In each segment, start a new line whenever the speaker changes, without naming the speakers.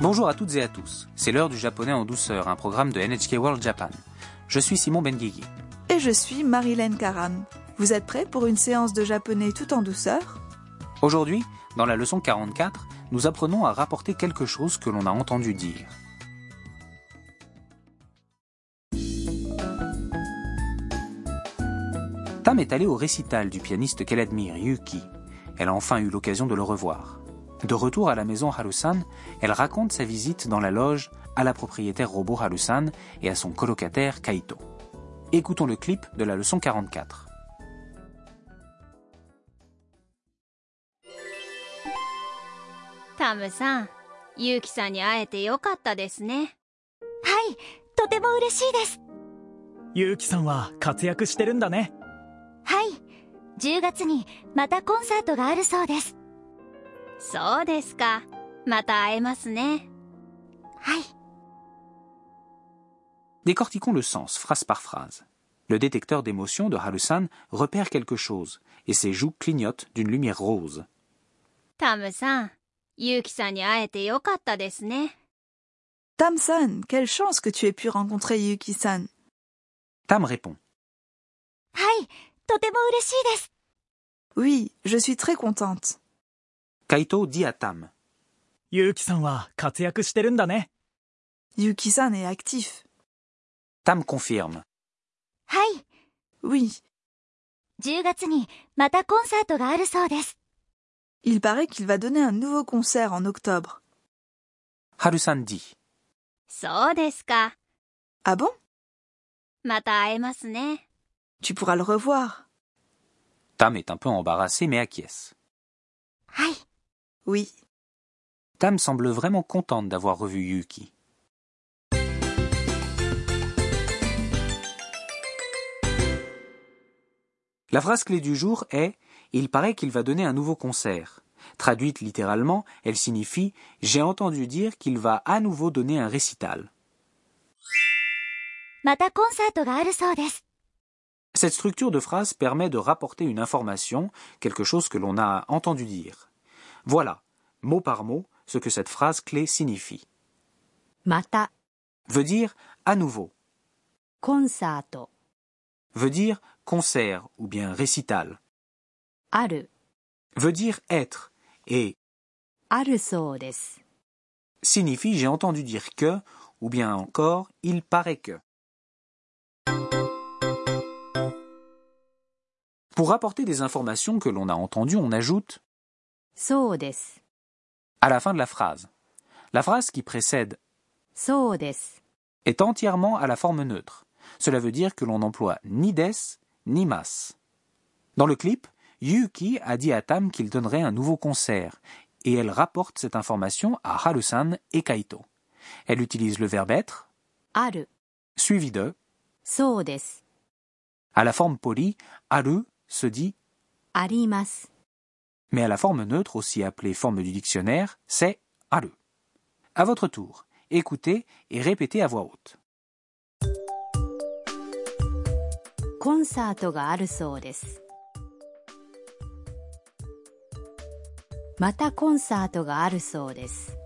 Bonjour à toutes et à tous. C'est l'heure du japonais en douceur, un programme de NHK World Japan. Je suis Simon Benguigui.
Et je suis Marilène Karam. Vous êtes prêts pour une séance de japonais tout en douceur
Aujourd'hui, dans la leçon 44, nous apprenons à rapporter quelque chose que l'on a entendu dire. Tam est allée au récital du pianiste qu'elle admire, Yuki. Elle a enfin eu l'occasion de le revoir. De retour à la maison Harusan, elle raconte sa visite dans la loge à la propriétaire robot Harusan et à son colocataire Kaito. Écoutons le clip de la leçon 44.
タムさん、ユウキさんに会えてよかったですね。
はい、とても嬉しいです。
ゆうきさんは活躍してるんだね
はい、10月にまたコンサートがあるそうです。
そうですか。また会えますね。
はい。
Décortiquons le sens, phrase par phrase. Le détecteur d'émotion de Harusan repère quelque chose et ses joues clignotent d'une lumière rose.
タムさん、ユウキさんに会えてよかったですね。
Tam-san, quelle chance que tu aies pu rencontrer Yuki-san.
Tam répond.
はい、とても嬉しいです。
Oui, je suis très contente.
Kaito dit à Tam.
ゆうきさんは活躍してるんだね
Yuki-san est actif.
Tam confirme.
はい、
Oui,
10月にまたコンサートがあるそうです。
il paraît qu'il va donner un nouveau concert en octobre.
Harusan dit.
そうですか。
Ah bon
また会えますね。
Tu pourras le revoir.
Tam est un peu embarrassé mais acquiesce.
はい、
Oui.
Tam semble vraiment contente d'avoir revu Yuki. La phrase clé du jour est Il paraît qu'il va donner un nouveau concert. Traduite littéralement, elle signifie J'ai entendu dire qu'il va à nouveau donner un récital.
またコンサートがあるそうです。
Cette structure de phrase permet de rapporter une information, quelque chose que l'on a entendu dire. Voilà, mot par mot, ce que cette phrase clé signifie.
また
Veut dire à nouveau.
コンサート
veut dire concert ou bien récital,
ある
veut dire être et
あるそうです
signifie j'ai entendu dire que ou bien encore il paraît que. Pour apporter des informations que l'on a entendues, on ajoute
そうです
à la fin de la phrase. La phrase qui précède
そうです
est entièrement à la forme neutre. Cela veut dire que l'on n'emploie ni des ni mas. Dans le clip, Yuki a dit à Tam qu'il donnerait un nouveau concert, et elle rapporte cette information à Harusan et Kaito. Elle utilise le verbe être,
ある
suivi de,
そうです。
à la forme polie, haru se dit,
あります。
mais à la forme neutre, aussi appelée forme du dictionnaire, c'est haru. À votre tour, écoutez et répétez à voix haute.
コンサートがあるそうです。またコンサートがあるそうです。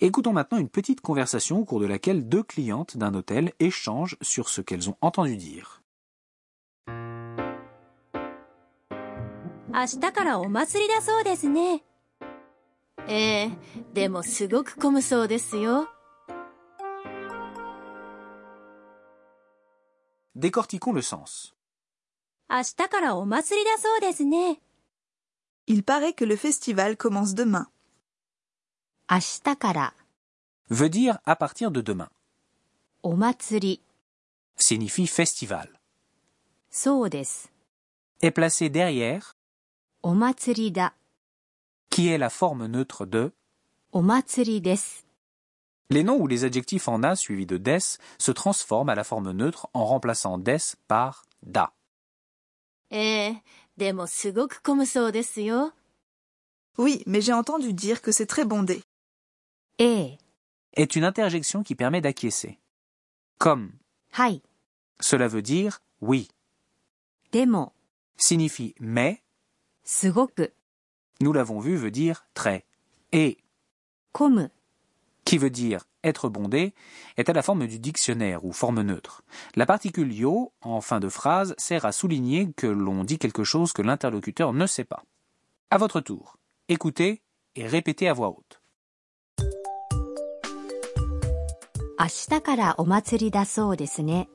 Écoutons maintenant une petite conversation au cours de laquelle deux clientes d'un hôtel échangent sur ce qu'elles ont entendu dire.
明日からお祭りだそうですね。
ええでもすごく混むそうですよ。
Décortiquons le sens.
明日からお祭りだそうですね。
Il paraît que le festival commence demain.
明日から、
Veut dire à partir de demain.
お祭り、
Signifie festival.
そうです。
Est placé derrière,
お祭りだ、
qui est la forme neutre de.
お祭りです。
Les noms ou les adjectifs en a suivis de des se transforment à la forme neutre en remplaçant des par da.
ええでもすごく混むそうですよ。
Oui, mais j'ai entendu dire que c'est très bondé.
ええ、
Est une interjection qui permet d'acquiescer. Comme
はい、
Cela veut dire oui,
でも、
signifie mais,
すごく、
nous l'avons vu veut dire très. Et,
混む、
qui veut dire être bondé, est à la forme du dictionnaire ou forme neutre. La particule yo, en fin de phrase, sert à souligner que l'on dit quelque chose que l'interlocuteur ne sait pas. À votre tour, écoutez et répétez à voix haute.
明日からお祭りだそうですね。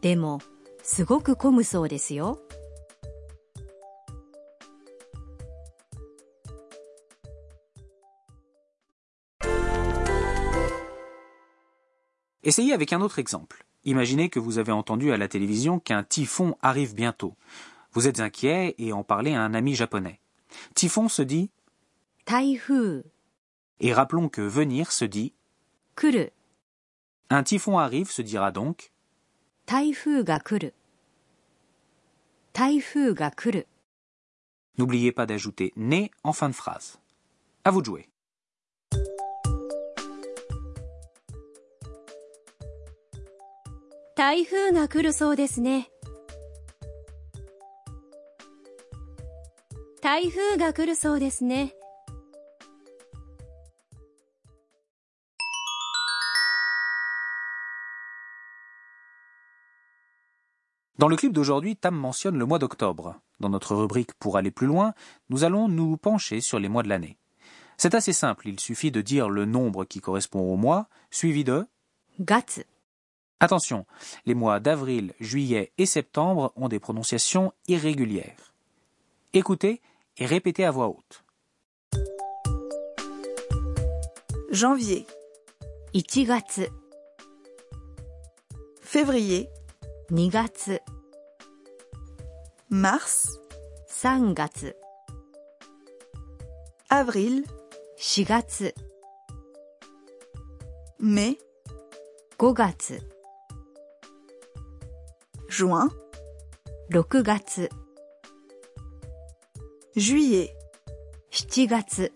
でも、すごく混むそうですよ。
Essayez avec un autre exemple. Imaginez que vous avez entendu à la télévision qu'un typhon arrive bientôt. Vous êtes inquiet et en parlez à un ami japonais. Typhon se dit,
台風、
et rappelons que venir se dit,
来る、
un typhon arrive se dira donc,
台風が来る。台風が来る。
N'oubliez pas d'ajouter né en fin de phrase. À vous de jouer.
台風が来るそうですね。台風が来るそうですね。
Dans le clip d'aujourd'hui, Tam mentionne le mois d'octobre. Dans notre rubrique Pour aller plus loin, nous allons nous pencher sur les mois de l'année. C'est assez simple, il suffit de dire le nombre qui correspond au mois, suivi de
月、
Attention, les mois d'avril, juillet et septembre ont des prononciations irrégulières. Écoutez et répétez à voix haute.
janvier,
1月、
février,
2月、
mars,
3月、
avril,
4月、
mai,
5月、
juin,
6月、
juillet,
7月、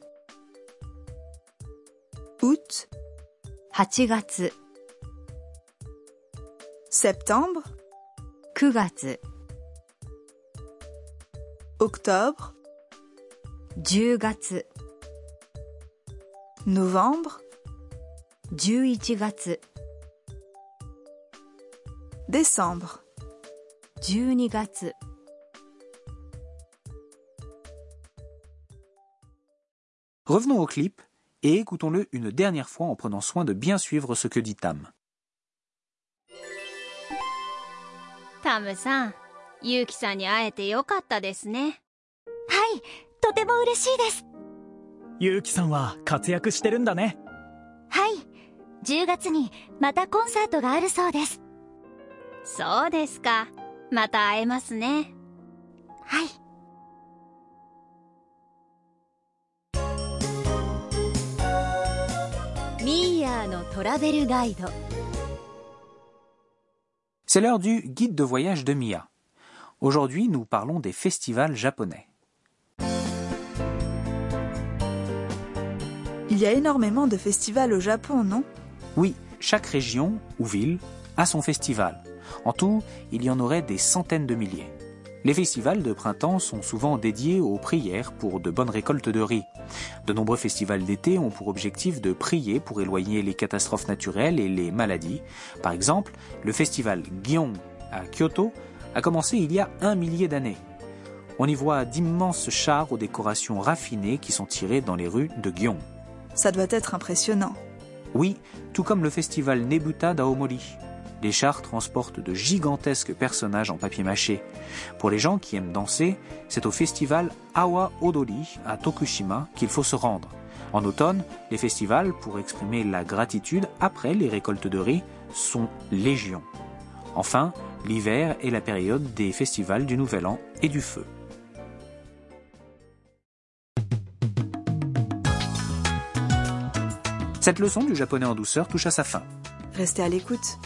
août,
8月、
septembre,
9月、
octobre,
10月、
novembre,
11月、
décembre.
12月。
Revenons au clip et écoutons-le une dernière fois en prenant soin de bien suivre ce que dit Tam.
タムさんユウキさんに会えてよかったですね
はい、とても嬉しいです。
ゆうきさんは活躍してるんだね。
はい、10月にまたコンサートがあるそうです。
そうですかまた会えますね
はい。
ミーヤーのトラベルガイド。
C'est l'heure du guide de voyage de Mia. Aujourd'hui, nous parlons des festivals japonais.
Il y a énormément de festivals au Japon, non
Oui, chaque région ou ville a son festival. En tout, il y en aurait des centaines de milliers. Les festivals de printemps sont souvent dédiés aux prières pour de bonnes récoltes de riz. De nombreux festivals d'été ont pour objectif de prier pour éloigner les catastrophes naturelles et les maladies. Par exemple, le festival Gion à Kyoto a commencé il y a un millier d'années. On y voit d'immenses chars aux décorations raffinées qui sont tirés dans les rues de Gion.
Ça doit être impressionnant.
Oui, tout comme le festival Nebuta d'Aomori. Les chars transportent de gigantesques personnages en papier mâché. Pour les gens qui aiment danser, c'est au festival Awa Odori à Tokushima qu'il faut se rendre. En automne, les festivals, pour exprimer la gratitude après les récoltes de riz, sont légion. Enfin, l'hiver est la période des festivals du Nouvel An et du Feu. Cette leçon du japonais en douceur touche à sa fin.
Restez à l'écoute.